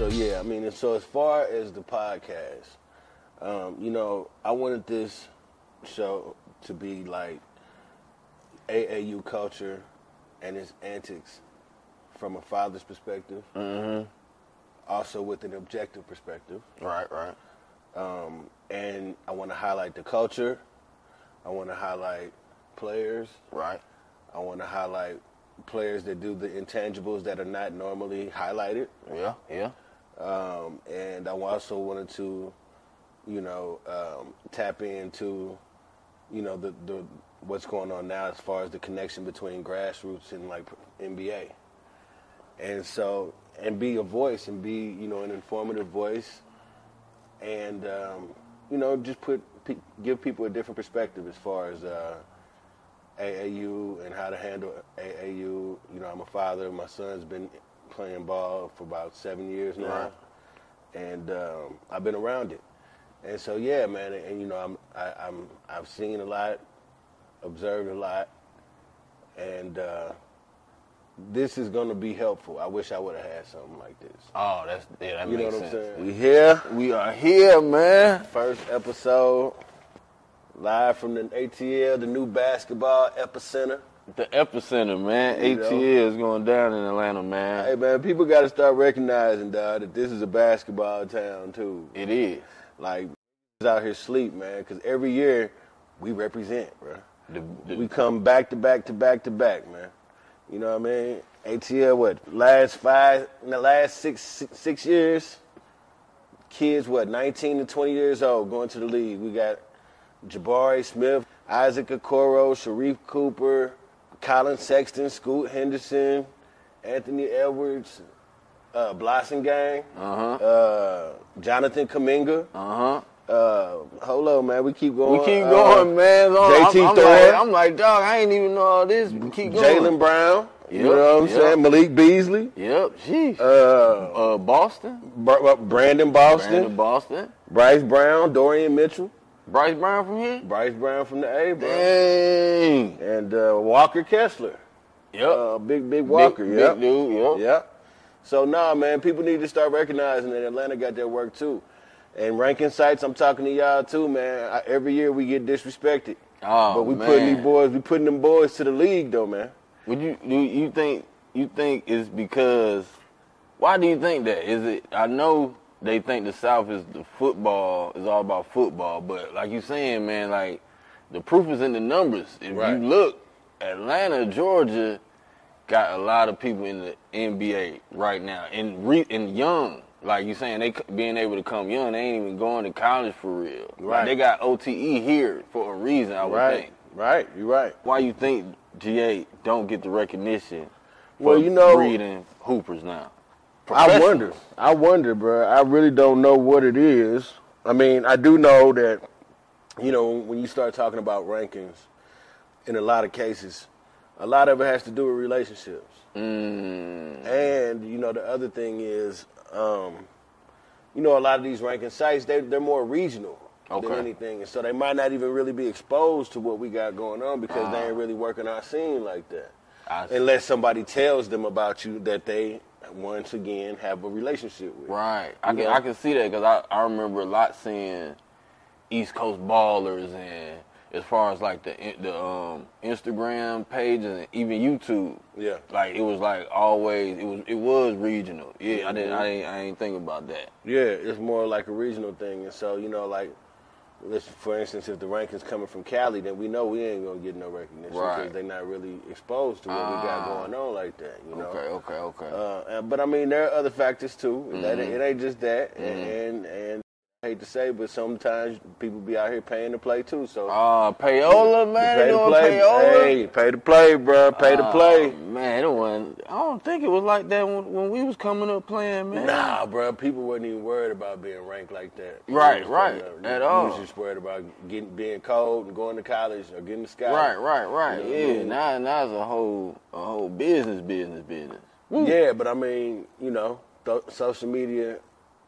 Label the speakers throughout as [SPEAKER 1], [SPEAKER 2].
[SPEAKER 1] mean, and so as far as the podcast, um, you know, I wanted this show to be like AAU culture and its antics from a father's perspective, also with an objective perspective.
[SPEAKER 2] Right, right.
[SPEAKER 1] Um, and I want to highlight the culture. I want to highlight players.
[SPEAKER 2] Right.
[SPEAKER 1] I want to highlight players that do the intangibles that are not normally highlighted.
[SPEAKER 2] Yeah, yeah.
[SPEAKER 1] Um, and I also wanted to, you know, um, tap into, you know, the, the what's going on now as far as the connection between grassroots and like NBA. And so, and be a voice and be, you know, an informative voice and, um, you know, just put, pe- give people a different perspective as far as, uh, AAU and how to handle AAU. You know, I'm a father. My son's been playing ball for about seven years now,
[SPEAKER 2] Right.
[SPEAKER 1] and um, I've been around it. And so, yeah, man. And, you know, I'm I, I'm I've seen a lot, observed a lot, and uh, this is going to be helpful. I wish I would have had something like this.
[SPEAKER 2] Oh, that's yeah, that
[SPEAKER 1] You know
[SPEAKER 2] makes
[SPEAKER 1] what I'm
[SPEAKER 2] sense.
[SPEAKER 1] saying?
[SPEAKER 2] We here. We are here, man.
[SPEAKER 1] First episode, live from the ATL, the new basketball epicenter.
[SPEAKER 2] The epicenter, man.
[SPEAKER 1] You know.
[SPEAKER 2] ATL is going down in Atlanta, man.
[SPEAKER 1] Hey man, people got to start recognizing, dog, that this is a basketball town too.
[SPEAKER 2] It is.
[SPEAKER 1] Like, it's out here sleep, man, because every year we represent, bro.
[SPEAKER 2] The, the,
[SPEAKER 1] We come back to back to back to back, man. You know what I mean? ATL, what last five in the last six six, six years, kids what nineteen to twenty years old going to the league. We got Jabari Smith, Isaac Okoro, Sharif Cooper, Colin Sexton, Scoot Henderson, Anthony Edwards, uh, Blossom Gang,
[SPEAKER 2] uh-huh.
[SPEAKER 1] uh, Jonathan Kaminga.
[SPEAKER 2] Uh-huh.
[SPEAKER 1] Uh, hold on, man. We keep going.
[SPEAKER 2] We keep
[SPEAKER 1] Uh,
[SPEAKER 2] going, man. Oh,
[SPEAKER 1] JT
[SPEAKER 2] I'm, I'm
[SPEAKER 1] Thorne.
[SPEAKER 2] like, I'm like, dog, I ain't even know all this. but Keep
[SPEAKER 1] Jalen
[SPEAKER 2] going.
[SPEAKER 1] Brown. You
[SPEAKER 2] Yep,
[SPEAKER 1] know what I'm
[SPEAKER 2] yep.
[SPEAKER 1] saying? Malik Beasley.
[SPEAKER 2] Yep. Jeez. Uh,
[SPEAKER 1] Uh,
[SPEAKER 2] Boston.
[SPEAKER 1] Br- uh, Brandon Boston.
[SPEAKER 2] Brandon Boston.
[SPEAKER 1] Bryce Brown. Dorian Mitchell.
[SPEAKER 2] Bryce Brown from here.
[SPEAKER 1] Bryce Brown from the A, bro.
[SPEAKER 2] Dang.
[SPEAKER 1] And uh, Walker Kessler.
[SPEAKER 2] Yep.
[SPEAKER 1] Uh, big, big Walker.
[SPEAKER 2] Big,
[SPEAKER 1] yep.
[SPEAKER 2] big dude. Yep.
[SPEAKER 1] Yep. So, nah, man, people need to start recognizing that Atlanta got their work, too. And ranking sites, I'm talking to y'all, too, man. I, every year we get disrespected.
[SPEAKER 2] Oh,
[SPEAKER 1] but we
[SPEAKER 2] man.
[SPEAKER 1] putting these boys, we putting them boys to the league, though, man.
[SPEAKER 2] Would you do you think you think it's because why do you think that? Is it I know they think the South is the football is all about football, but like you saying, man, like the proof is in the numbers. If
[SPEAKER 1] Right.
[SPEAKER 2] you look, Atlanta, Georgia got a lot of people in the NBA right now and re, and young. Like you saying, they c- being able to come young, they ain't even going to college for real. Like,
[SPEAKER 1] Right.
[SPEAKER 2] they got OTE here for a reason, I would
[SPEAKER 1] Right.
[SPEAKER 2] think
[SPEAKER 1] Right. You're right.
[SPEAKER 2] why you think GA don't get the recognition
[SPEAKER 1] Well,
[SPEAKER 2] for
[SPEAKER 1] you know-
[SPEAKER 2] breeding hoopers now?
[SPEAKER 1] I
[SPEAKER 2] Professionals.
[SPEAKER 1] wonder. I wonder, bro. I really don't know what it is. I mean, I do know that, you know, when you start talking about rankings, in a lot of cases, a lot of it has to do with relationships. And you know, the other thing is, um, you know, a lot of these ranking sites they they're more regional
[SPEAKER 2] Okay.
[SPEAKER 1] than anything, and so they might not even really be exposed to what we got going on because they ain't really working our scene like that.
[SPEAKER 2] I see.
[SPEAKER 1] Unless somebody tells them about you that they once again have a relationship with.
[SPEAKER 2] Right. I
[SPEAKER 1] You
[SPEAKER 2] can
[SPEAKER 1] know?
[SPEAKER 2] I can see that because I, I remember a lot seeing East Coast ballers and as far as like the in- the um, Instagram pages and even YouTube.
[SPEAKER 1] Yeah.
[SPEAKER 2] Like it was like always it was it was regional. Yeah, I didn't
[SPEAKER 1] Mm-hmm.
[SPEAKER 2] I didn't I didn't think about that.
[SPEAKER 1] Yeah, it's more like a regional thing, and so you know, like, let's, for instance, if the rankings coming from Cali, then we know we ain't gonna get no recognition because
[SPEAKER 2] Right.
[SPEAKER 1] they're not really exposed to what we got
[SPEAKER 2] Ah.
[SPEAKER 1] going on like that. You know.
[SPEAKER 2] Okay, okay, okay.
[SPEAKER 1] Uh, and- but I mean, there are other factors too. That
[SPEAKER 2] Mm-hmm.
[SPEAKER 1] ain't- it ain't just that. And, and and I hate to say, but sometimes people be out here paying to play too. So
[SPEAKER 2] Ah, payola, man.
[SPEAKER 1] pay
[SPEAKER 2] you
[SPEAKER 1] to
[SPEAKER 2] doing
[SPEAKER 1] play,
[SPEAKER 2] payola?
[SPEAKER 1] hey, pay to play, bro. Pay to
[SPEAKER 2] Oh,
[SPEAKER 1] play.
[SPEAKER 2] Man, it wasn't, I don't think it was like that when, when we was coming up playing, man.
[SPEAKER 1] Nah, bro. People wasn't even worried about being ranked like that.
[SPEAKER 2] Right,
[SPEAKER 1] They was
[SPEAKER 2] right,
[SPEAKER 1] just-
[SPEAKER 2] at
[SPEAKER 1] they
[SPEAKER 2] all.
[SPEAKER 1] Was just worried about getting being cold and going to college or getting the sky.
[SPEAKER 2] Right, right, right.
[SPEAKER 1] Yeah,
[SPEAKER 2] Yeah,
[SPEAKER 1] yeah.
[SPEAKER 2] now now it's a whole a whole business, business, business.
[SPEAKER 1] Yeah, but I mean, you know, th- social media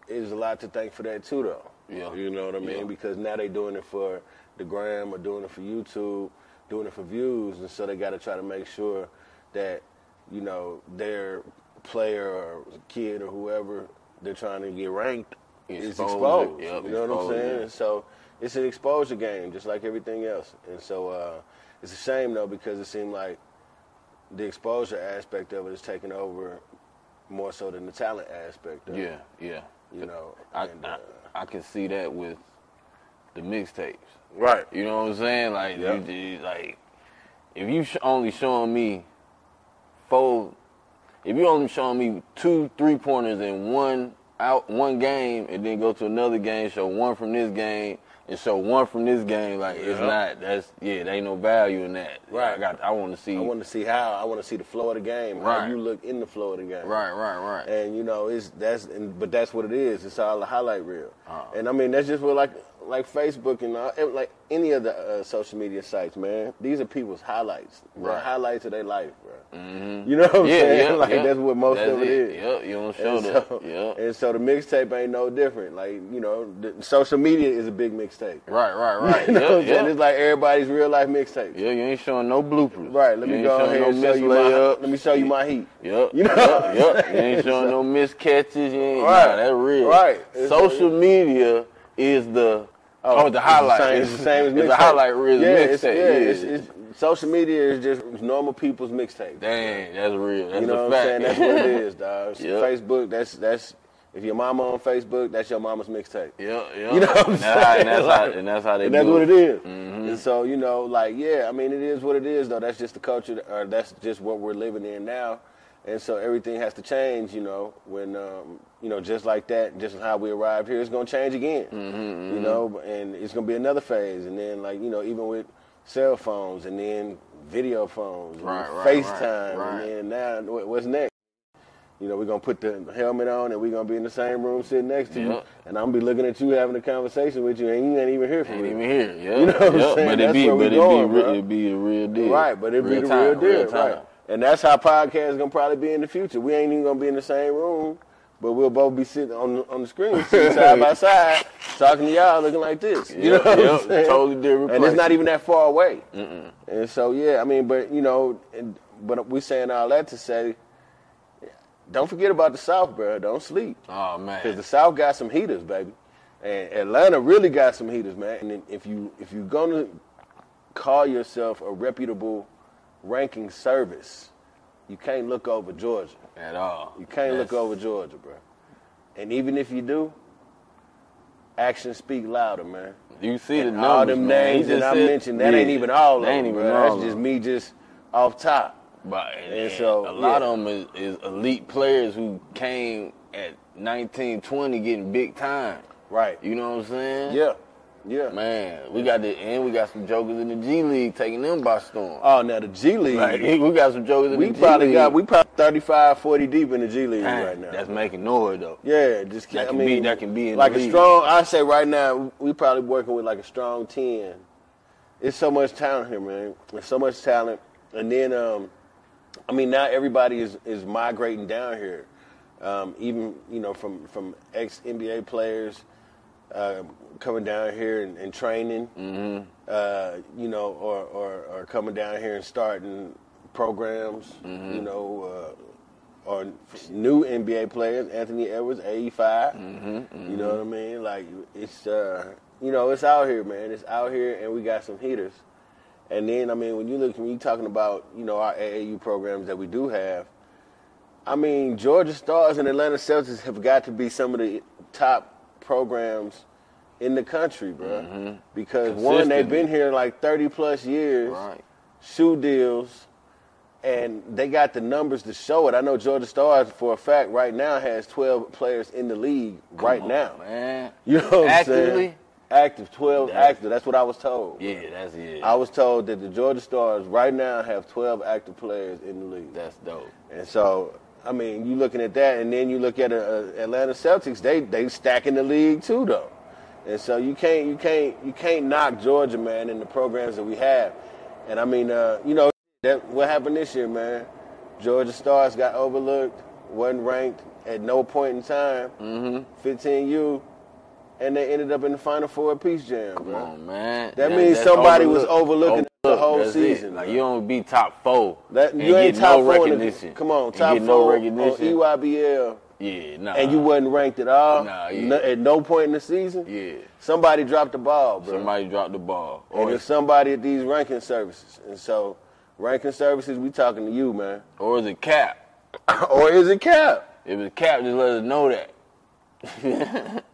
[SPEAKER 1] is a lot to thank for that too, though.
[SPEAKER 2] Yeah.
[SPEAKER 1] You know what I mean?
[SPEAKER 2] Yeah.
[SPEAKER 1] Because now they doing it for the gram or doing it for YouTube, doing it for views, and so they got to try to make sure that you know their player or kid or whoever they're trying to get ranked is
[SPEAKER 2] Exposure.
[SPEAKER 1] exposed.
[SPEAKER 2] Yep,
[SPEAKER 1] you know what I'm
[SPEAKER 2] exposure.
[SPEAKER 1] saying? And so it's an exposure game, just like everything else. And so uh, it's a shame though because it seemed like the exposure aspect of it is taking over more so than the talent aspect. Of
[SPEAKER 2] Yeah,
[SPEAKER 1] it,
[SPEAKER 2] yeah.
[SPEAKER 1] you know.
[SPEAKER 2] I,
[SPEAKER 1] and,
[SPEAKER 2] I
[SPEAKER 1] uh,
[SPEAKER 2] I can see that with the mixtapes.
[SPEAKER 1] right.
[SPEAKER 2] You know what I'm saying? Like,
[SPEAKER 1] Yep.
[SPEAKER 2] you, you- like if you sh- only showing me four, if you only showing me two three pointers in one out one game, and then go to another game, show one from this game, and show one from this game, like it's
[SPEAKER 1] Yep.
[SPEAKER 2] not that's yeah, there ain't no value in that.
[SPEAKER 1] Right.
[SPEAKER 2] I got. I want to see.
[SPEAKER 1] I want to see how. I want to see the flow of the game. How
[SPEAKER 2] Right.
[SPEAKER 1] you look in the flow of the game.
[SPEAKER 2] right, right, right.
[SPEAKER 1] And you know, it's that's and, but that's what it is. It's all a highlight reel.
[SPEAKER 2] Oh.
[SPEAKER 1] And I mean, that's just what like like Facebook and all, and, like any of the uh, social media sites, man. These are people's highlights. The
[SPEAKER 2] Right. Mm-hmm.
[SPEAKER 1] highlights of their life, bro. You know what I'm
[SPEAKER 2] yeah,
[SPEAKER 1] saying?
[SPEAKER 2] yeah,
[SPEAKER 1] like
[SPEAKER 2] yeah.
[SPEAKER 1] that's what most
[SPEAKER 2] That's
[SPEAKER 1] of it is.
[SPEAKER 2] Yep, you don't show
[SPEAKER 1] And
[SPEAKER 2] that.
[SPEAKER 1] so,
[SPEAKER 2] yep.
[SPEAKER 1] and so the mixtape ain't no different. Like you know, the, social media is a big mixtape.
[SPEAKER 2] Right, right, right.
[SPEAKER 1] You know what I'm
[SPEAKER 2] Yep,
[SPEAKER 1] saying?
[SPEAKER 2] yep.
[SPEAKER 1] It's like everybody's real life mixtape.
[SPEAKER 2] Yeah, you ain't showing no bloopers.
[SPEAKER 1] Right. Let
[SPEAKER 2] You
[SPEAKER 1] me
[SPEAKER 2] ain't
[SPEAKER 1] go
[SPEAKER 2] showing
[SPEAKER 1] ahead
[SPEAKER 2] no
[SPEAKER 1] and show
[SPEAKER 2] missed
[SPEAKER 1] you my.
[SPEAKER 2] layups.
[SPEAKER 1] Let me show you my heat.
[SPEAKER 2] Yep.
[SPEAKER 1] You know what
[SPEAKER 2] Yep.
[SPEAKER 1] I'm
[SPEAKER 2] yep.
[SPEAKER 1] saying?
[SPEAKER 2] You ain't showing no missed catches. You ain't,
[SPEAKER 1] Right.
[SPEAKER 2] Nah, that real.
[SPEAKER 1] Right. It's-
[SPEAKER 2] Social media is the
[SPEAKER 1] Oh,
[SPEAKER 2] oh, the highlight.
[SPEAKER 1] It's the same, it's the same as
[SPEAKER 2] It's
[SPEAKER 1] mixtape.
[SPEAKER 2] the highlight real
[SPEAKER 1] yeah,
[SPEAKER 2] mixtape.
[SPEAKER 1] It's, yeah, It's, it's, social media is just normal people's mixtape.
[SPEAKER 2] Dang, that's real. That's
[SPEAKER 1] you know
[SPEAKER 2] a
[SPEAKER 1] what
[SPEAKER 2] fact.
[SPEAKER 1] I'm saying? That's what it is, dog.
[SPEAKER 2] Yep.
[SPEAKER 1] Facebook. That's that's if your mama on Facebook, that's your mama's mixtape.
[SPEAKER 2] Yep, yep.
[SPEAKER 1] You know what I'm
[SPEAKER 2] And that's how-
[SPEAKER 1] saying?
[SPEAKER 2] and that's
[SPEAKER 1] Like-
[SPEAKER 2] how- and that's how they
[SPEAKER 1] And that's
[SPEAKER 2] do Mm-hmm.
[SPEAKER 1] what it is. And so you know, like yeah, I mean, it is what it is though. That's just the culture, or that's just what we're living in now. And so everything has to change, you know. When um, you know, just like that, just how we arrived here, it's gonna change again.
[SPEAKER 2] Mm-hmm,
[SPEAKER 1] You know, and it's gonna be another phase. And then like you know, even with cell phones, and then video phones, and
[SPEAKER 2] Right, right,
[SPEAKER 1] FaceTime,
[SPEAKER 2] right, right.
[SPEAKER 1] and then now what- what's next? You know, we're gonna put the helmet on and we're gonna be in the same room sitting next to you.
[SPEAKER 2] Yep.
[SPEAKER 1] And I'm gonna be looking at you having a conversation with you and you ain't even here for
[SPEAKER 2] Ain't
[SPEAKER 1] me.
[SPEAKER 2] even here. Yeah.
[SPEAKER 1] You know what I'm
[SPEAKER 2] yeah.
[SPEAKER 1] saying?
[SPEAKER 2] But
[SPEAKER 1] That's
[SPEAKER 2] it be,
[SPEAKER 1] where we
[SPEAKER 2] but
[SPEAKER 1] going,
[SPEAKER 2] it be,
[SPEAKER 1] bro.
[SPEAKER 2] re- it be the real deal.
[SPEAKER 1] Right, but it'd be the
[SPEAKER 2] time,
[SPEAKER 1] real deal.
[SPEAKER 2] time.
[SPEAKER 1] right. And that's how podcast gonna probably be in the future. We ain't even gonna be in the same room, but we'll both be sitting on the, on the screen, sitting side by side, talking to y'all looking like this. You
[SPEAKER 2] Yep,
[SPEAKER 1] know what
[SPEAKER 2] yep,
[SPEAKER 1] I'm saying?
[SPEAKER 2] totally different
[SPEAKER 1] And it's
[SPEAKER 2] place.
[SPEAKER 1] not even that far away. And so yeah, I mean, but you know, and, but we saying all that to say, don't forget about the South, bro. Don't sleep.
[SPEAKER 2] Oh man.
[SPEAKER 1] Because the South got some heaters, baby, and Atlanta really got some heaters, man. And if you if you're gonna call yourself a reputable ranking service, you can't look over Georgia.
[SPEAKER 2] at all.
[SPEAKER 1] You can't look
[SPEAKER 2] That's-
[SPEAKER 1] over Georgia, bro. And even if you do, actions speak louder, man.
[SPEAKER 2] You see the
[SPEAKER 1] And
[SPEAKER 2] numbers,
[SPEAKER 1] all them
[SPEAKER 2] man. He
[SPEAKER 1] names that
[SPEAKER 2] just
[SPEAKER 1] I
[SPEAKER 2] said-
[SPEAKER 1] mentioned, that
[SPEAKER 2] Yeah.
[SPEAKER 1] ain't even all of
[SPEAKER 2] That
[SPEAKER 1] them.
[SPEAKER 2] ain't even
[SPEAKER 1] bro.
[SPEAKER 2] all
[SPEAKER 1] That's
[SPEAKER 2] of
[SPEAKER 1] just
[SPEAKER 2] them.
[SPEAKER 1] me, just off top.
[SPEAKER 2] But and,
[SPEAKER 1] And so,
[SPEAKER 2] a lot
[SPEAKER 1] yeah.
[SPEAKER 2] of them is, is elite players who came at 19, 20 getting big time.
[SPEAKER 1] Right.
[SPEAKER 2] You know what I'm saying?
[SPEAKER 1] Yeah. Yeah.
[SPEAKER 2] Man, we got the and we got some jokers in the G League taking them by storm.
[SPEAKER 1] Oh, now the G League.
[SPEAKER 2] like, we got some jokers in
[SPEAKER 1] we
[SPEAKER 2] the G
[SPEAKER 1] probably
[SPEAKER 2] League.
[SPEAKER 1] got we probably 35, 40 deep in the G League
[SPEAKER 2] Dang,
[SPEAKER 1] right now.
[SPEAKER 2] That's making noise though.
[SPEAKER 1] Yeah, just I
[SPEAKER 2] That can
[SPEAKER 1] mean,
[SPEAKER 2] be- that can be in the
[SPEAKER 1] like a
[SPEAKER 2] league.
[SPEAKER 1] strong. I say right now, we probably working with like a strong ten. It's so much talent here, man. There's so much talent, and then um, I mean now everybody is is migrating down here. Um, even you know from from ex NBA players uh, coming down here and, and training, uh, you know, or, or or coming down here and starting programs, you know. Uh, or new NBA players, Anthony Edwards, 85. You know what I mean? Like it's uh, you know, it's out here, man. It's out here and we got some heaters. And then I mean, when you look when you talking about, you know, our AAU programs that we do have, I mean, Georgia Stars and Atlanta Celtics have got to be some of the top programs in the country, bro. Because one, they've
[SPEAKER 2] Consistently.
[SPEAKER 1] been here like 30 plus years
[SPEAKER 2] Right.
[SPEAKER 1] shoe deals, and they got the numbers to show it. I know Georgia Stars for a fact right now has 12 players in the league right
[SPEAKER 2] Come on,
[SPEAKER 1] now.
[SPEAKER 2] man.
[SPEAKER 1] You know what I'm saying?
[SPEAKER 2] Actively?
[SPEAKER 1] Active, 12
[SPEAKER 2] That's-
[SPEAKER 1] active. That's what I was told.
[SPEAKER 2] Yeah, that's it.
[SPEAKER 1] I was told that the Georgia Stars right now have 12 active players in the league.
[SPEAKER 2] that's dope.
[SPEAKER 1] And so, I mean, you looking at that, and then you look at uh, uh, Atlanta Celtics. They they stacking the league too, though. And so you can't you can't you can't knock Georgia, man, in the programs that we have. And I mean, uh, you know, that what happened this year, man. Georgia Stars got overlooked, wasn't ranked at no point in time. Mm-hmm. 15U, and they ended up in the Final Four at Peace Jam,
[SPEAKER 2] Come
[SPEAKER 1] bro.
[SPEAKER 2] on, man.
[SPEAKER 1] That means somebody was overlooking the whole
[SPEAKER 2] That's it.
[SPEAKER 1] season,
[SPEAKER 2] Like
[SPEAKER 1] bro.
[SPEAKER 2] you don't be top four.
[SPEAKER 1] That
[SPEAKER 2] and
[SPEAKER 1] you ain't
[SPEAKER 2] get
[SPEAKER 1] top
[SPEAKER 2] no
[SPEAKER 1] four in the-
[SPEAKER 2] recognition.
[SPEAKER 1] Come on, E
[SPEAKER 2] And
[SPEAKER 1] top four
[SPEAKER 2] get no
[SPEAKER 1] on
[SPEAKER 2] recognition.
[SPEAKER 1] EYBL
[SPEAKER 2] Yeah, nah.
[SPEAKER 1] and you wasn't ranked at all,
[SPEAKER 2] Nah, yeah.
[SPEAKER 1] no- at no point in the season,
[SPEAKER 2] Yeah.
[SPEAKER 1] somebody dropped the ball, bro.
[SPEAKER 2] Somebody dropped the ball.
[SPEAKER 1] and
[SPEAKER 2] Or
[SPEAKER 1] it's
[SPEAKER 2] is,
[SPEAKER 1] somebody at these ranking services. And so, ranking services, we talking to you, man.
[SPEAKER 2] or is it cap?
[SPEAKER 1] or is it cap?
[SPEAKER 2] If it's cap, just let us know that.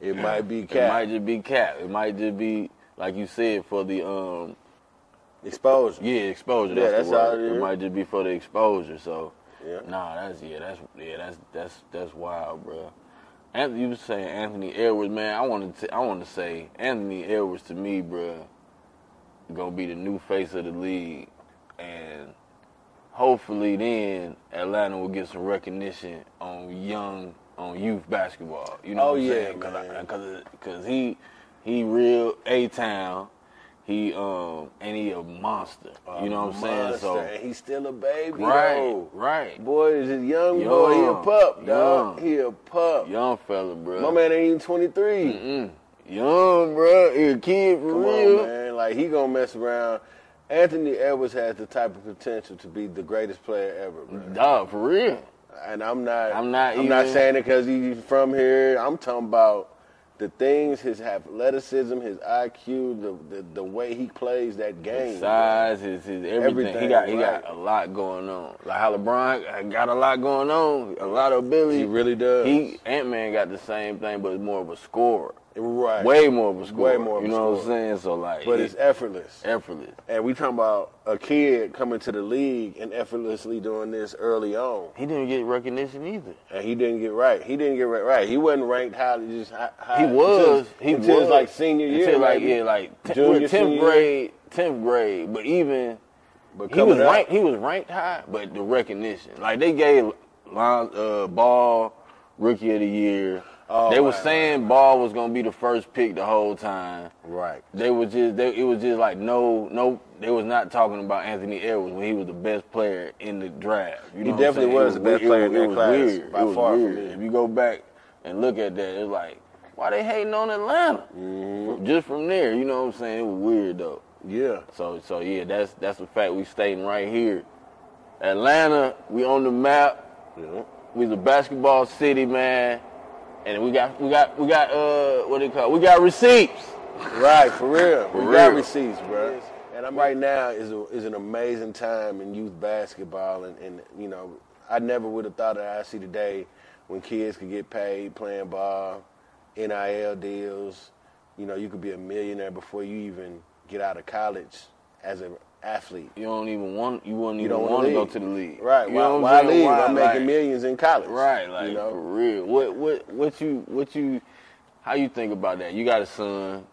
[SPEAKER 1] It might be
[SPEAKER 2] It
[SPEAKER 1] cap.
[SPEAKER 2] might just be cap. It might just be like you said for the um
[SPEAKER 1] Exposure.
[SPEAKER 2] yeah exposure.
[SPEAKER 1] Yeah, that's
[SPEAKER 2] That's, the word.
[SPEAKER 1] all it
[SPEAKER 2] it
[SPEAKER 1] is.
[SPEAKER 2] might just be for the exposure. So
[SPEAKER 1] Yeah.
[SPEAKER 2] nah, that's yeah, that's yeah, that's that's that's wild, bro. Anthony, you was saying Anthony Edwards, man. I want to I want to say Anthony Edwards to me, bro. Gonna be the new face of the league, and hopefully then Atlanta will get some recognition on young on youth basketball. You know
[SPEAKER 1] Oh,
[SPEAKER 2] what I'm
[SPEAKER 1] yeah,
[SPEAKER 2] saying?
[SPEAKER 1] man.
[SPEAKER 2] Because because he he real a town. He um and he a monster. you know what I'm saying?
[SPEAKER 1] Monster,
[SPEAKER 2] So
[SPEAKER 1] and he's still a baby.
[SPEAKER 2] right,
[SPEAKER 1] though.
[SPEAKER 2] right,
[SPEAKER 1] Boy, is a young boy. He a
[SPEAKER 2] Young,
[SPEAKER 1] pup, dog.
[SPEAKER 2] young.
[SPEAKER 1] He a pup.
[SPEAKER 2] young fella, bro.
[SPEAKER 1] My man ain't even 23.
[SPEAKER 2] Mm. Young, bro. He a kid for
[SPEAKER 1] Come
[SPEAKER 2] real.
[SPEAKER 1] on, man. Like he gonna mess around. Anthony Edwards has the type of potential to be the greatest player ever, bro.
[SPEAKER 2] Dog, for real.
[SPEAKER 1] And I'm not.
[SPEAKER 2] I'm not
[SPEAKER 1] I'm not
[SPEAKER 2] even-
[SPEAKER 1] saying it because he's from here. I'm talking about the things his athleticism, his IQ, the the, the way he plays that game.
[SPEAKER 2] His size, his, his everything.
[SPEAKER 1] Everything,
[SPEAKER 2] He got he
[SPEAKER 1] right.
[SPEAKER 2] got a lot going on. Like how LeBron got a lot going on, a lot of ability.
[SPEAKER 1] He really does.
[SPEAKER 2] He Ant Man got the same thing, but more of a scorer.
[SPEAKER 1] right.
[SPEAKER 2] Way more of a scorer.
[SPEAKER 1] more of
[SPEAKER 2] you
[SPEAKER 1] a
[SPEAKER 2] know what I'm
[SPEAKER 1] scorer.
[SPEAKER 2] saying? So like,
[SPEAKER 1] but
[SPEAKER 2] it-
[SPEAKER 1] it's effortless.
[SPEAKER 2] effortless.
[SPEAKER 1] And we talking about a kid coming to the league and effortlessly doing this early on.
[SPEAKER 2] He didn't get recognition either.
[SPEAKER 1] and he didn't get right. He didn't get right. Right. He wasn't ranked highly. Just high,
[SPEAKER 2] He
[SPEAKER 1] high
[SPEAKER 2] was.
[SPEAKER 1] until,
[SPEAKER 2] he
[SPEAKER 1] until
[SPEAKER 2] was
[SPEAKER 1] his, like senior year,
[SPEAKER 2] Until like
[SPEAKER 1] maybe.
[SPEAKER 2] yeah, like ten-
[SPEAKER 1] Junior, senior
[SPEAKER 2] tenth
[SPEAKER 1] year.
[SPEAKER 2] grade. Tenth grade. But even
[SPEAKER 1] But
[SPEAKER 2] he was
[SPEAKER 1] coming up-
[SPEAKER 2] ranked. He was ranked high, but the recognition, like they gave Lon, uh, Ball Rookie of the Year.
[SPEAKER 1] Oh,
[SPEAKER 2] they were
[SPEAKER 1] right,
[SPEAKER 2] saying Ball was gonna be the first pick the whole time.
[SPEAKER 1] Right.
[SPEAKER 2] They were just. They, it was just like no, no. They was not talking about Anthony Edwards when he was the best player in the draft. You know what I'm
[SPEAKER 1] definitely
[SPEAKER 2] saying? It
[SPEAKER 1] was the best
[SPEAKER 2] weird-
[SPEAKER 1] player in
[SPEAKER 2] it
[SPEAKER 1] that
[SPEAKER 2] was
[SPEAKER 1] class,
[SPEAKER 2] weird.
[SPEAKER 1] by
[SPEAKER 2] It was
[SPEAKER 1] far for
[SPEAKER 2] weird.
[SPEAKER 1] me.
[SPEAKER 2] If you go back and look at that, it's like why they hating on Atlanta?
[SPEAKER 1] Mm-hmm.
[SPEAKER 2] Just from there, you know what I'm saying? It was weird though.
[SPEAKER 1] Yeah.
[SPEAKER 2] So so yeah, that's that's the fact we stating right here. Atlanta, we on the map.
[SPEAKER 1] Yeah.
[SPEAKER 2] We the basketball city, man. And we got we got we got uh what do you call it? we got receipts.
[SPEAKER 1] Right. For real. we
[SPEAKER 2] For
[SPEAKER 1] got
[SPEAKER 2] real.
[SPEAKER 1] receipts, bro. And I'm right now is a, is an amazing time in youth basketball, and, and you know I never would have thought that I see today when kids could get paid playing ball, NIL deals. You know, you could be a millionaire before you even get out of college as an athlete.
[SPEAKER 2] You don't even want you wouldn't
[SPEAKER 1] you
[SPEAKER 2] even
[SPEAKER 1] don't
[SPEAKER 2] want to go
[SPEAKER 1] leave.
[SPEAKER 2] to the league.
[SPEAKER 1] Right.
[SPEAKER 2] You
[SPEAKER 1] why
[SPEAKER 2] know what
[SPEAKER 1] why
[SPEAKER 2] I'm saying?
[SPEAKER 1] leave?
[SPEAKER 2] Why,
[SPEAKER 1] I'm making
[SPEAKER 2] like-
[SPEAKER 1] millions in college.
[SPEAKER 2] Right, like
[SPEAKER 1] you
[SPEAKER 2] for
[SPEAKER 1] know,
[SPEAKER 2] real. What what what you what you how you think about that? You got a son,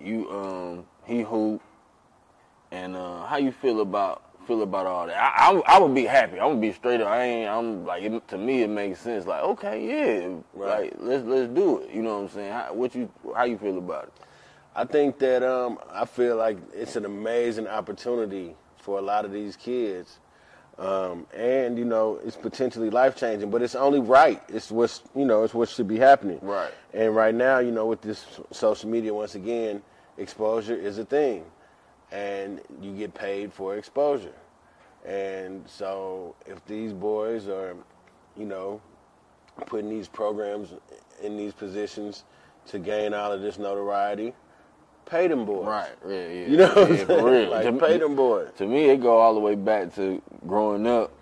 [SPEAKER 2] you um he hoop, and uh how you feel about feel about all that? I, I I would be happy. I'm gonna be straight up. I ain't. I'm like it, to me it makes sense. Like okay, yeah,
[SPEAKER 1] Right.
[SPEAKER 2] like let's let's do it. You know what I'm saying? How, what you how you feel about it?
[SPEAKER 1] I think that um, I feel like it's an amazing opportunity for a lot of these kids, um, and you know, it's potentially life changing. But it's only right. It's what's you know, it's what should be happening.
[SPEAKER 2] Right.
[SPEAKER 1] And right now, you know, with this social media, once again, exposure is a thing, and you get paid for exposure. And so, if these boys are, you know, putting these programs in these positions to gain all of this notoriety, pay them boys.
[SPEAKER 2] Right. Yeah. Yeah.
[SPEAKER 1] You know what
[SPEAKER 2] yeah,
[SPEAKER 1] I'm
[SPEAKER 2] for
[SPEAKER 1] saying?
[SPEAKER 2] real.
[SPEAKER 1] Like,
[SPEAKER 2] To-
[SPEAKER 1] pay them boys.
[SPEAKER 2] To me, it go all the way back to growing up,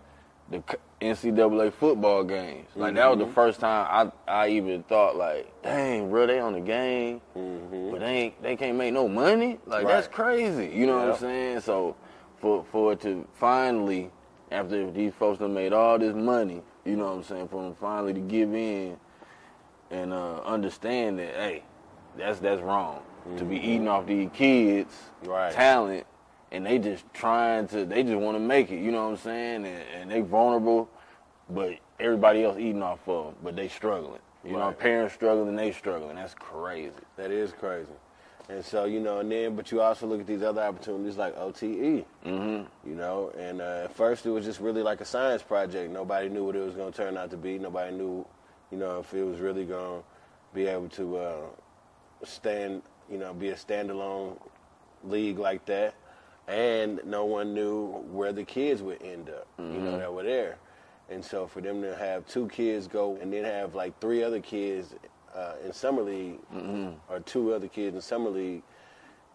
[SPEAKER 2] the c- NCAA football games. Like that was the first time I, I even thought like, dang, bro, they on the game, but they ain't, they can't make no money. Like that's
[SPEAKER 1] Right.
[SPEAKER 2] crazy. You know what
[SPEAKER 1] Yeah.
[SPEAKER 2] I'm saying? So for for it to finally, after these folks done made all this money, you know what I'm saying, for them finally to give in and uh, understand that hey, that's that's wrong to be eating off these kids'
[SPEAKER 1] Mm-hmm. Right.
[SPEAKER 2] talent, and they just trying to they just want to make it. You know what I'm saying? And, and they vulnerable, but everybody else eating off of them, but they struggling. You know,
[SPEAKER 1] Right.
[SPEAKER 2] parents struggling, they struggling. That's crazy.
[SPEAKER 1] That is crazy. And so, you know, and then, but you also look at these other opportunities like OTE, mm-hmm. you know, and uh, at first it was just really like a science project. Nobody knew what it was going to turn out to be. Nobody knew, you know, if it was really going to be able to uh, stand, you know, be a standalone league like that. And no one knew where the kids would end up, you know, that were there. And so for them to have two kids go and then have like three other kids uh, in summer league or two other kids in summer league,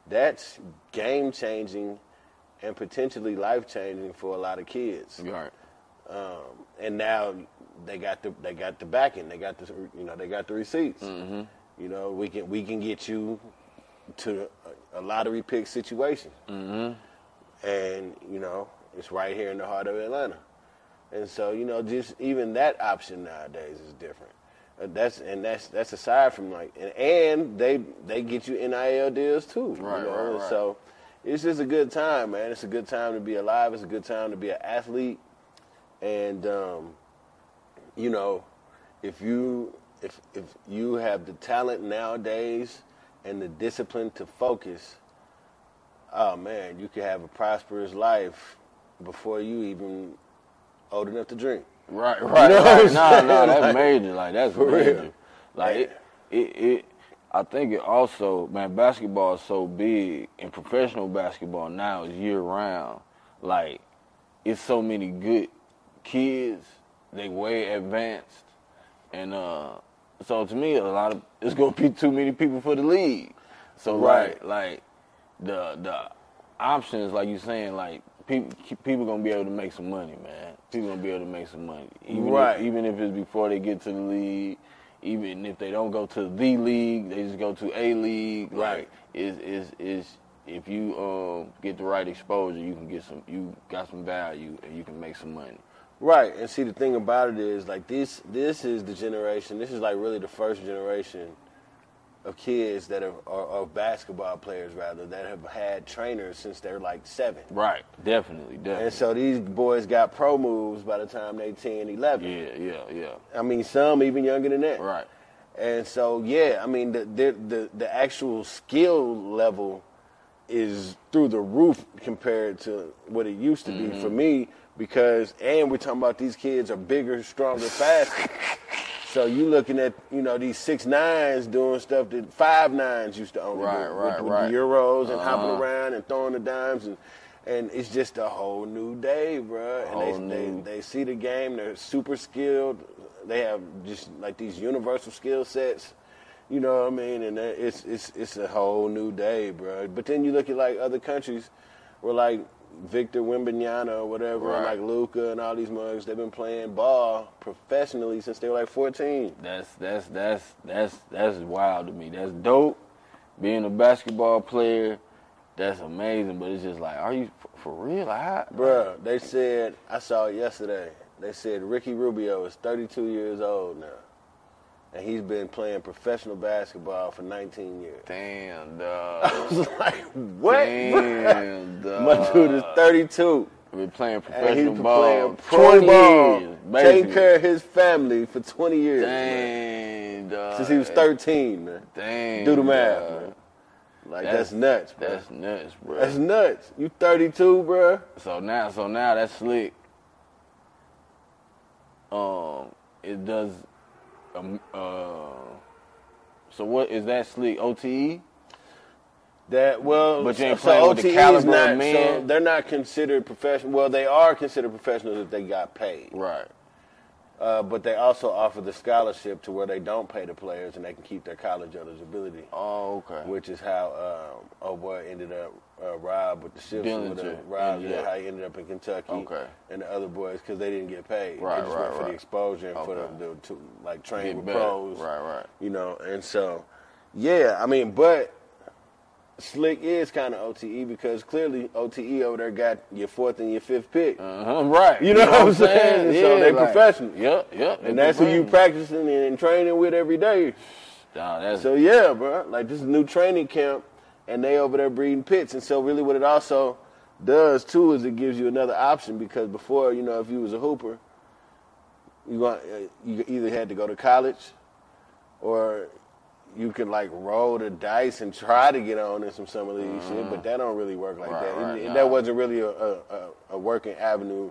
[SPEAKER 1] that's game changing and potentially life changing for a lot of kids.
[SPEAKER 2] All right.
[SPEAKER 1] Um, and now they got the they got the backing. They got the you know they got the receipts. You know we can we can get you to a, a lottery pick situation.
[SPEAKER 2] Mm-hmm.
[SPEAKER 1] And you know it's right here in the heart of Atlanta. And so you know just even that option nowadays is different. Uh, that's and that's that's aside from like and, and they they get you NIL deals too.
[SPEAKER 2] Right,
[SPEAKER 1] you know?
[SPEAKER 2] right,
[SPEAKER 1] And
[SPEAKER 2] right.
[SPEAKER 1] So it's just a good time, man. It's a good time to be alive. It's a good time to be an athlete and um, you know, if you if if you have the talent nowadays and the discipline to focus, oh man, you could have a prosperous life before you even old enough to drink.
[SPEAKER 2] Right, right,
[SPEAKER 1] know what
[SPEAKER 2] right.
[SPEAKER 1] I'm
[SPEAKER 2] No, no,
[SPEAKER 1] saying?
[SPEAKER 2] that's
[SPEAKER 1] Like,
[SPEAKER 2] major. Like that's
[SPEAKER 1] for real.
[SPEAKER 2] major. Like it, it, it. I think it also, man. Basketball is so big, and professional basketball now is year round. Like it's so many good kids. They way advanced, and uh, so to me, a lot of it's gonna be too many people for the league. So
[SPEAKER 1] Right.
[SPEAKER 2] right, like the the options, like you saying, like people people gonna be able to make some money, man. People gonna be able to make some money, even
[SPEAKER 1] Right.
[SPEAKER 2] If, even if it's before they get to the league, even if they don't go to the league, they just go to a league.
[SPEAKER 1] Right.
[SPEAKER 2] Like, is is is if you um get the right exposure, you can get some. You got some value, and you can make some money.
[SPEAKER 1] Right, and see the thing about it is like this. This is the generation. This is like really the first generation of kids that are, are, are basketball players rather that have had trainers since they're like seven.
[SPEAKER 2] Right. Definitely. Definitely.
[SPEAKER 1] And so these boys got pro moves by the time they 10, 11.
[SPEAKER 2] yeah. Yeah. Yeah.
[SPEAKER 1] I mean, some even younger than that.
[SPEAKER 2] Right.
[SPEAKER 1] And so, yeah, I mean, the, the, the, the actual skill level is through the roof compared to what it used to be
[SPEAKER 2] Mm-hmm.
[SPEAKER 1] for me because, and we're talking about these kids are bigger, stronger, faster. so you looking at, you know, these six nines doing stuff that five nines used to only
[SPEAKER 2] Right,
[SPEAKER 1] do
[SPEAKER 2] right,
[SPEAKER 1] with, with
[SPEAKER 2] right.
[SPEAKER 1] the Euros and hopping
[SPEAKER 2] Uh-huh.
[SPEAKER 1] around and throwing the dimes and, and it's just a whole new day, bruh. And
[SPEAKER 2] Whole
[SPEAKER 1] they,
[SPEAKER 2] new-
[SPEAKER 1] they they see the game. They're super skilled. They have just like these universal skill sets. You know what I mean? And that- it's it's it's a whole new day, bro. But then you look at like other countries where like Victor Wembanyama or whatever, and,
[SPEAKER 2] Right.
[SPEAKER 1] like Luca and all these mugs. They've been playing ball professionally since they were like 14.
[SPEAKER 2] That's that's that's that's that's wild to me. That's dope. Being a basketball player, that's amazing. But it's just like, are you f- for real? Like, how,
[SPEAKER 1] Bruh, they said, I saw it yesterday. They said Ricky Rubio is 32 years old now. And he's been playing professional basketball for 19 years.
[SPEAKER 2] Damn, dog.
[SPEAKER 1] I was like, what?
[SPEAKER 2] Damn, dog.
[SPEAKER 1] My dude is 32.
[SPEAKER 2] Been playing professional
[SPEAKER 1] And he's been
[SPEAKER 2] ball,
[SPEAKER 1] playing pro
[SPEAKER 2] 20
[SPEAKER 1] ball,
[SPEAKER 2] years,
[SPEAKER 1] taking
[SPEAKER 2] basically.
[SPEAKER 1] care of his family for 20 years. man.
[SPEAKER 2] Dang, dog.
[SPEAKER 1] Since he was 13, man.
[SPEAKER 2] Dang,
[SPEAKER 1] Do the math,
[SPEAKER 2] dog.
[SPEAKER 1] man. Like,
[SPEAKER 2] That's-
[SPEAKER 1] that's, nuts, bro. That's,
[SPEAKER 2] That's nuts, bro.
[SPEAKER 1] nuts. You 32, bro.
[SPEAKER 2] So now, so now that's slick. Um, it does. Um, uh, so what is that slick E? OTE?
[SPEAKER 1] That, well,
[SPEAKER 2] But you ain't
[SPEAKER 1] so
[SPEAKER 2] playing with the
[SPEAKER 1] OTE is
[SPEAKER 2] caliber of
[SPEAKER 1] not, So
[SPEAKER 2] men.
[SPEAKER 1] they're not considered professional. Well, they are considered professionals if they got paid.
[SPEAKER 2] Right.
[SPEAKER 1] Uh, but they also offer the scholarship to where they don't pay the players and they can keep their college eligibility.
[SPEAKER 2] Oh, okay.
[SPEAKER 1] which is how um, old boy ended up uh, Rob with the ships. or whatever.
[SPEAKER 2] Dillinger,
[SPEAKER 1] Rob,
[SPEAKER 2] yeah.
[SPEAKER 1] yeah, how he ended up in Kentucky.
[SPEAKER 2] Okay,
[SPEAKER 1] And the other boys because they didn't get paid.
[SPEAKER 2] Right,
[SPEAKER 1] they just
[SPEAKER 2] right,
[SPEAKER 1] went for
[SPEAKER 2] right.
[SPEAKER 1] the exposure and for
[SPEAKER 2] Okay.
[SPEAKER 1] the, the to, like train
[SPEAKER 2] get
[SPEAKER 1] with
[SPEAKER 2] better.
[SPEAKER 1] pros.
[SPEAKER 2] Right, right.
[SPEAKER 1] You know, and so yeah, I mean, but Slick is kind of OTE E because clearly OTE over there got your fourth and your fifth pick.
[SPEAKER 2] Uh-huh, right.
[SPEAKER 1] You know what I'm saying? So they
[SPEAKER 2] like-
[SPEAKER 1] professional.
[SPEAKER 2] Yep, yep.
[SPEAKER 1] and that's who you practicing and training with every day.
[SPEAKER 2] Nah, that's
[SPEAKER 1] So yeah, bro, like this is a new training camp, and they over there breeding pits. And so really, what it also does too is it gives you another option because before, you know, if you was a hooper, you want uh, you either had to go to college, or you could like roll the dice and try to get on in some summer league shit. But that don't really work like
[SPEAKER 2] Mm-hmm. Right,
[SPEAKER 1] that. And-
[SPEAKER 2] right,
[SPEAKER 1] and
[SPEAKER 2] nah.
[SPEAKER 1] that wasn't really a, a, a, a working avenue,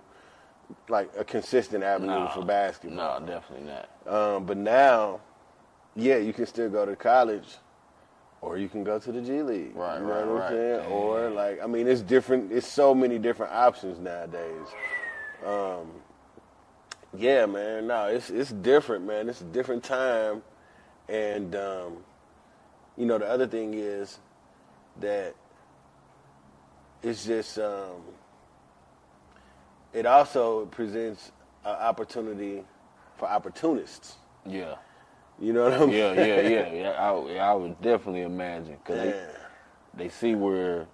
[SPEAKER 1] like a consistent avenue
[SPEAKER 2] nah,
[SPEAKER 1] for basketball.
[SPEAKER 2] Nah, definitely not.
[SPEAKER 1] Um, but now, yeah, you can still go to college, or you can go to the G League.
[SPEAKER 2] Right,
[SPEAKER 1] you know
[SPEAKER 2] right,
[SPEAKER 1] what I'm
[SPEAKER 2] right.
[SPEAKER 1] saying?
[SPEAKER 2] Damn.
[SPEAKER 1] Or like, I mean, it's different. It's so many different options nowadays. Um, Yeah, man. No, it's it's different, man. It's a different time, and um, you know the other thing is that it's just um, it also presents an opportunity for opportunists.
[SPEAKER 2] Yeah.
[SPEAKER 1] You know what I'm
[SPEAKER 2] Yeah,
[SPEAKER 1] saying?
[SPEAKER 2] yeah, yeah. yeah I, would- I would definitely imagine because
[SPEAKER 1] Yeah.
[SPEAKER 2] they, they see where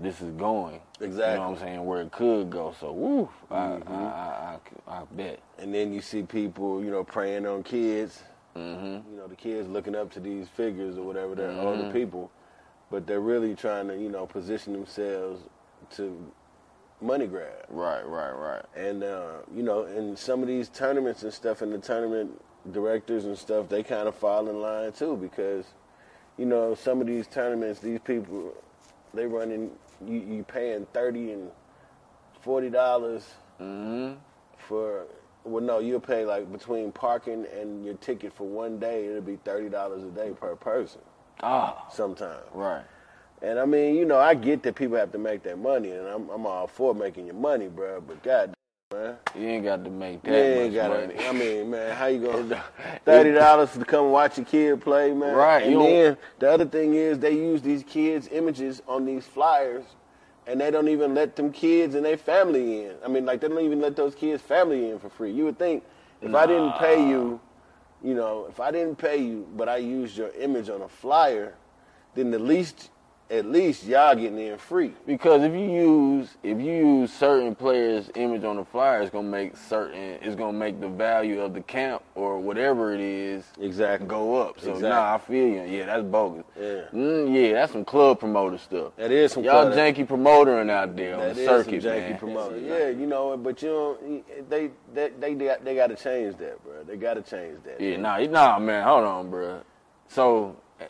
[SPEAKER 2] this is going. You know
[SPEAKER 1] Exactly.
[SPEAKER 2] what I'm saying? Where it could go. So, woo, I, I, I, I, I bet.
[SPEAKER 1] And then you see people, you know, preying on kids.
[SPEAKER 2] Mm-hmm.
[SPEAKER 1] You know, the kids looking up to these figures or whatever. They're older people, but they're really trying to, you know, position themselves to money grab.
[SPEAKER 2] Right, right, right.
[SPEAKER 1] and uh, you know, in some of these tournaments and stuff, and the tournament directors and stuff, they kind of fall in line too because, you know, some of these tournaments, these people, they running you, you paying thirty and forty dollars for. Well, no, you'll pay like between parking and your ticket for one day. It'll be thirty dollars a day per person
[SPEAKER 2] Ah,
[SPEAKER 1] sometimes.
[SPEAKER 2] right.
[SPEAKER 1] And I mean, you know, I get that people have to make their money, and I'm, I'm all for making your money, bruh, But god, man.
[SPEAKER 2] You ain't got to make that
[SPEAKER 1] You ain't
[SPEAKER 2] much
[SPEAKER 1] gotta-
[SPEAKER 2] money.
[SPEAKER 1] I mean, man, how you gonna thirty dollars to come watch your kid play, man?
[SPEAKER 2] Right,
[SPEAKER 1] And
[SPEAKER 2] you don't-
[SPEAKER 1] then the other thing is they use these kids' images on these flyers, and they don't even let them kids and their family in. I mean, like they don't even let those kids' family in for free. You would think if I didn't pay you, you know, if I didn't pay you, but I used your image on a flyer, then the least, at least y'all getting in free.
[SPEAKER 2] Because if you use if you use certain players' image on the flyer, it's gonna make certain it's gonna make the value of the camp or whatever it is
[SPEAKER 1] Exactly.
[SPEAKER 2] go up. So
[SPEAKER 1] Exactly.
[SPEAKER 2] nah, I feel you. Yeah, that's bogus.
[SPEAKER 1] Yeah.
[SPEAKER 2] mm, yeah, that's some club promoter stuff.
[SPEAKER 1] That is some
[SPEAKER 2] y'all
[SPEAKER 1] club-
[SPEAKER 2] janky promotoring out there on
[SPEAKER 1] That
[SPEAKER 2] the
[SPEAKER 1] is
[SPEAKER 2] circuit,
[SPEAKER 1] some janky
[SPEAKER 2] man.
[SPEAKER 1] promoter. Yeah, you know, but you don't. They they they they, got- they got to change that, bro. They got to change that.
[SPEAKER 2] Yeah, nah, nah, man, hold on, bruh. So, eh,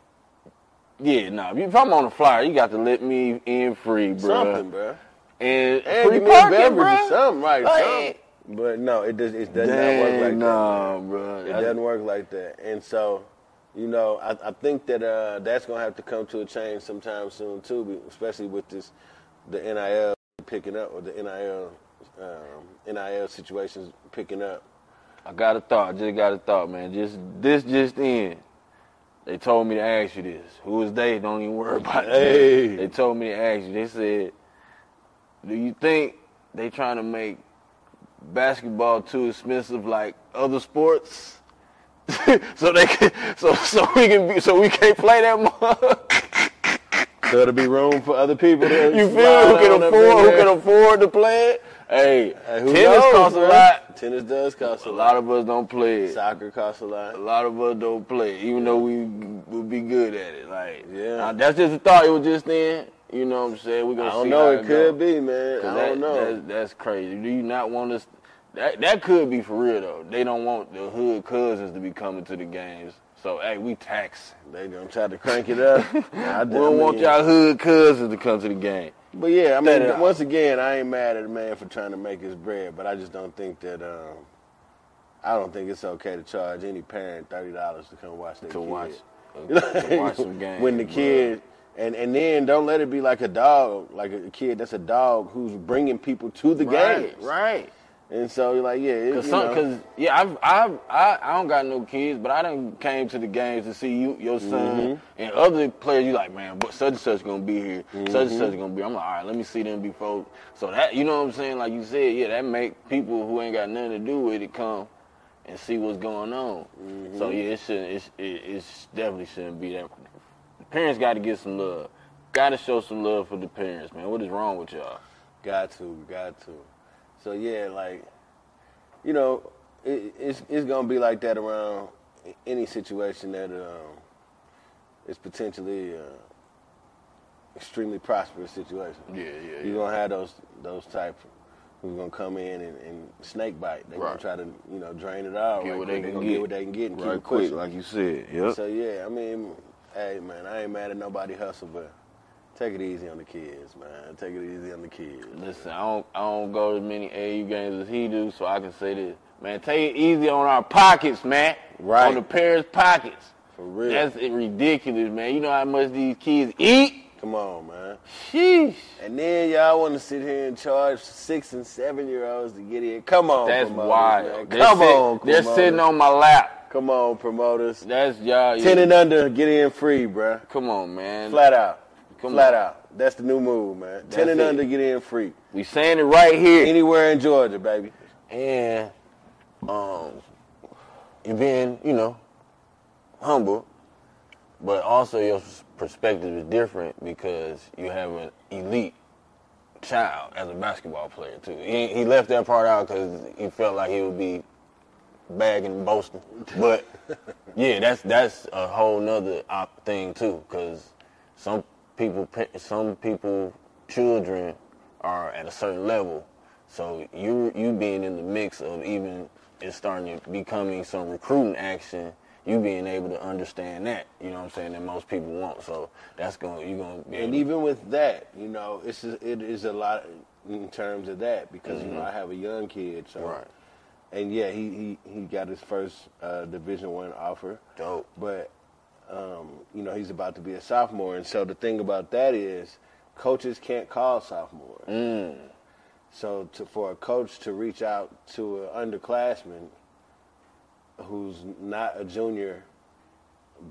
[SPEAKER 2] yeah, nah, if I'm on the flyer, you got to let me in free, bruh.
[SPEAKER 1] something, bro.
[SPEAKER 2] And,
[SPEAKER 1] And
[SPEAKER 2] free
[SPEAKER 1] give me a
[SPEAKER 2] parking,
[SPEAKER 1] beverage or
[SPEAKER 2] bruh.
[SPEAKER 1] something, right?
[SPEAKER 2] Like-
[SPEAKER 1] something. But no, it does. It does not work like
[SPEAKER 2] Dang,
[SPEAKER 1] that.
[SPEAKER 2] nah, bruh.
[SPEAKER 1] It doesn't work like that. And so, you know, I, I think that uh, that's gonna have to come to a change sometime soon too, be- especially with this the NIL picking up or the NIL um, NIL situations picking up.
[SPEAKER 2] I got a thought. Just got a thought, man. Just this, just in. They told me to ask you this. Who is they? Don't even worry about it.
[SPEAKER 1] Hey.
[SPEAKER 2] They told me to ask you. They said, "Do you think they trying to make basketball too expensive like other sports, so they can, so so we can be, so we can't play that much?
[SPEAKER 1] So it'll be room for other people. To
[SPEAKER 2] you feel me?
[SPEAKER 1] slide
[SPEAKER 2] who can
[SPEAKER 1] on up in
[SPEAKER 2] afford who
[SPEAKER 1] there.
[SPEAKER 2] can afford to play it? Hey,
[SPEAKER 1] Hey, who
[SPEAKER 2] tennis
[SPEAKER 1] knows,
[SPEAKER 2] costs a
[SPEAKER 1] man?
[SPEAKER 2] lot.
[SPEAKER 1] Tennis does cost
[SPEAKER 2] A lot of us don't play it.
[SPEAKER 1] Soccer costs a lot.
[SPEAKER 2] A lot of us don't play, even though we would be good at it. Like,
[SPEAKER 1] Yeah.
[SPEAKER 2] uh, that's just a thought. It was just then. You know what I'm saying? We're
[SPEAKER 1] I
[SPEAKER 2] gonna
[SPEAKER 1] don't
[SPEAKER 2] see
[SPEAKER 1] know.
[SPEAKER 2] how
[SPEAKER 1] It could be, man. I
[SPEAKER 2] Cause
[SPEAKER 1] don't
[SPEAKER 2] that-
[SPEAKER 1] know.
[SPEAKER 2] That's, that's crazy. Do you not want us? That that could be for real though. They don't want the hood cousins to be coming to the games. So hey, we tax.
[SPEAKER 1] They gonna try to crank it up. I
[SPEAKER 2] We don't want y'all hood cousins to come to the game.
[SPEAKER 1] But yeah, I
[SPEAKER 2] Cut it out.
[SPEAKER 1] mean, once again, I ain't mad at a man for trying to make his bread, but I just don't think that. um I don't think it's okay to charge any parent thirty dollars to come watch their
[SPEAKER 2] To
[SPEAKER 1] kid.
[SPEAKER 2] watch, to watch some games.
[SPEAKER 1] when the
[SPEAKER 2] bruh.
[SPEAKER 1] kid and and then don't let it be like a dog, like a kid that's a dog who's bringing people to the
[SPEAKER 2] right,
[SPEAKER 1] games.
[SPEAKER 2] right.
[SPEAKER 1] And so you're like, yeah, it-
[SPEAKER 2] Cause,
[SPEAKER 1] you know.
[SPEAKER 2] some, cause yeah, I've, I've, I, I don't got no kids, but I done came to the games to see you, your son,
[SPEAKER 1] Mm-hmm.
[SPEAKER 2] and other players. You like, man, but such and such gonna be here, such and such
[SPEAKER 1] Mm-hmm.
[SPEAKER 2] gonna be. I'm like, all right, let me see them before. So that, you know what I'm saying? Like you said, yeah, that make people who ain't got nothing to do with it come and see what's going on.
[SPEAKER 1] Mm-hmm.
[SPEAKER 2] So yeah, it shouldn't, it's, it, it definitely shouldn't be that. The parents got to get some love. Got to show some love for the parents, man. What is wrong with y'all?
[SPEAKER 1] Got to, got to. So yeah, like, you know, it, it's it's gonna be like that around any situation that um, is potentially uh, extremely prosperous situation.
[SPEAKER 2] Yeah, yeah,
[SPEAKER 1] You're gonna have those those type who's gonna come in and, and snake bite. They are
[SPEAKER 2] Right.
[SPEAKER 1] gonna try to you know drain it out.
[SPEAKER 2] Get
[SPEAKER 1] right
[SPEAKER 2] what
[SPEAKER 1] quick.
[SPEAKER 2] they
[SPEAKER 1] They
[SPEAKER 2] can
[SPEAKER 1] gonna
[SPEAKER 2] get.
[SPEAKER 1] get what they can get and keep
[SPEAKER 2] Right
[SPEAKER 1] it pushing.
[SPEAKER 2] quick, like you said. Yep.
[SPEAKER 1] So yeah, I mean, hey man, I ain't mad at nobody hustle, but take it easy on the kids, man. Take it easy on the kids.
[SPEAKER 2] Listen, I don't I don't go to as many AU games as he do, so I can say this. Man, take it easy on our pockets, man.
[SPEAKER 1] Right.
[SPEAKER 2] On the parents' pockets.
[SPEAKER 1] For real.
[SPEAKER 2] That's ridiculous, man. You know how much these kids eat?
[SPEAKER 1] Come Come on, man.
[SPEAKER 2] Sheesh.
[SPEAKER 1] And then y'all want to sit here and charge six and seven year olds to get in. Come on,
[SPEAKER 2] That's
[SPEAKER 1] promoters, man.
[SPEAKER 2] wild. They're
[SPEAKER 1] Come
[SPEAKER 2] sit-
[SPEAKER 1] on,
[SPEAKER 2] They're
[SPEAKER 1] promoters.
[SPEAKER 2] sitting on my lap.
[SPEAKER 1] Come on, promoters.
[SPEAKER 2] That's y'all.
[SPEAKER 1] Ten and under, get in free, bruh.
[SPEAKER 2] Come on, man.
[SPEAKER 1] Flat out.
[SPEAKER 2] Come
[SPEAKER 1] Flat
[SPEAKER 2] on.
[SPEAKER 1] out. That's the new move, man. Ten
[SPEAKER 2] That's
[SPEAKER 1] and
[SPEAKER 2] it.
[SPEAKER 1] under, get in free.
[SPEAKER 2] We saying it right here.
[SPEAKER 1] Anywhere in Georgia, baby.
[SPEAKER 2] and um, and being you know humble, but also your s- perspective is different because you have an elite child as a basketball player too. He, he left that part out because he felt like he would be bagging and boasting, but yeah, that's that's a whole nother op- thing too because some people pa- some people children are at a certain level so you you being in the mix of even it's starting to becoming some recruiting action you being able to understand that you know what i'm saying that most people won't so that's going to you're going to be
[SPEAKER 1] And
[SPEAKER 2] able-
[SPEAKER 1] even with that, you know, it's a, it is a lot in terms of that because you know I have a young kid, so
[SPEAKER 2] Mm-hmm. Right.
[SPEAKER 1] and yeah, he he, he got his first uh, Division One offer,
[SPEAKER 2] Dope.
[SPEAKER 1] But um, you know he's about to be a sophomore, and so the thing about that is coaches can't call sophomores. So to, for a coach to reach out to an underclassman who's not a junior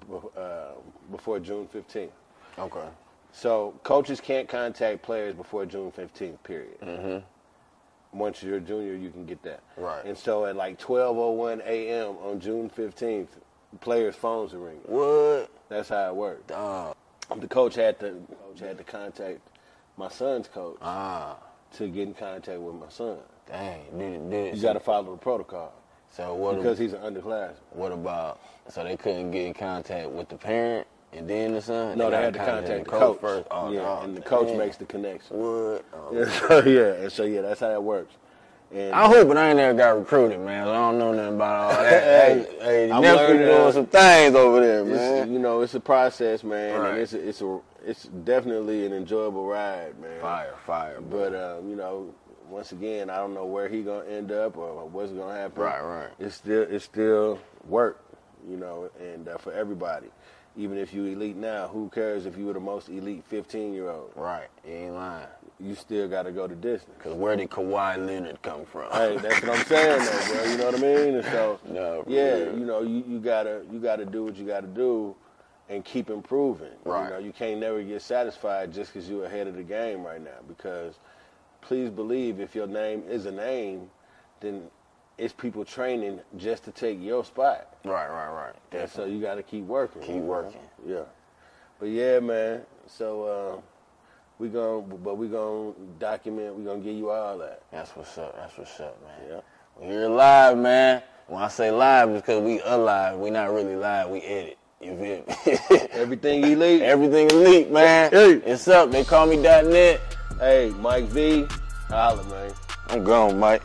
[SPEAKER 1] bef- uh, before June fifteenth.
[SPEAKER 2] okay
[SPEAKER 1] So coaches can't contact players before June fifteenth. Period. Once you're a junior, you can get that.
[SPEAKER 2] Right.
[SPEAKER 1] And so at like twelve oh one a.m. on June fifteenth, players' phones are ringing.
[SPEAKER 2] what
[SPEAKER 1] That's how it worked.
[SPEAKER 2] uh,
[SPEAKER 1] The coach had to coach had to contact my son's coach
[SPEAKER 2] ah
[SPEAKER 1] to get in contact with my son.
[SPEAKER 2] dang did, did,
[SPEAKER 1] You got to follow the protocol
[SPEAKER 2] so what
[SPEAKER 1] because he's an underclassman.
[SPEAKER 2] What about so they couldn't get in contact with the parent and then the son?
[SPEAKER 1] No, they
[SPEAKER 2] gotta
[SPEAKER 1] had to contact the
[SPEAKER 2] the
[SPEAKER 1] coach.
[SPEAKER 2] first. Oh,
[SPEAKER 1] yeah,
[SPEAKER 2] dog.
[SPEAKER 1] and the coach
[SPEAKER 2] Damn.
[SPEAKER 1] makes the connection.
[SPEAKER 2] what? Oh.
[SPEAKER 1] Yeah, so, yeah, and so yeah, that's how that works. And
[SPEAKER 2] I hope, but I ain't never got recruited, man. so I don't know nothing about all that. hey, hey,
[SPEAKER 1] I'm
[SPEAKER 2] nephew
[SPEAKER 1] learning, uh,
[SPEAKER 2] doing some things over there,
[SPEAKER 1] It's,
[SPEAKER 2] man.
[SPEAKER 1] you know, it's a process, man,
[SPEAKER 2] Right.
[SPEAKER 1] and it's a, it's a it's definitely an enjoyable ride, man.
[SPEAKER 2] Fire, fire, bro.
[SPEAKER 1] But um, you know, once again, I don't know where he gonna end up or what's gonna happen.
[SPEAKER 2] Right, right.
[SPEAKER 1] It's still it's still work, you know, and uh, for everybody, even if you elite now, who cares if you were the most elite 15 year old?
[SPEAKER 2] right, you ain't lying.
[SPEAKER 1] You still got to go to Disney.
[SPEAKER 2] Cause where did Kawhi Leonard come from?
[SPEAKER 1] Hey, that's what I'm saying, though, bro. You know what I mean? And so,
[SPEAKER 2] No, for
[SPEAKER 1] yeah,
[SPEAKER 2] real.
[SPEAKER 1] you know, you, you gotta you gotta do what you gotta do, and keep improving.
[SPEAKER 2] Right.
[SPEAKER 1] You know, you can't never get satisfied just because you're ahead of the game right now. Because, please believe, if your name is a name, then it's people training just to take your spot.
[SPEAKER 2] Right, right, right.
[SPEAKER 1] And
[SPEAKER 2] That's
[SPEAKER 1] so you gotta keep working.
[SPEAKER 2] Keep
[SPEAKER 1] you know?
[SPEAKER 2] working.
[SPEAKER 1] Yeah. But yeah, man. So um, we going but we gonna document. We gonna give you all that.
[SPEAKER 2] That's what's up. That's what's up, man.
[SPEAKER 1] Yeah.
[SPEAKER 2] When you're live, man. When I say live, it's because we alive. We not really live. We edit. You feel me?
[SPEAKER 1] Everything elite.
[SPEAKER 2] Everything elite, man.
[SPEAKER 1] Hey.
[SPEAKER 2] It's up. They call me dot .net.
[SPEAKER 1] Hey, Mike V, holla, man.
[SPEAKER 2] I'm gone, Mike.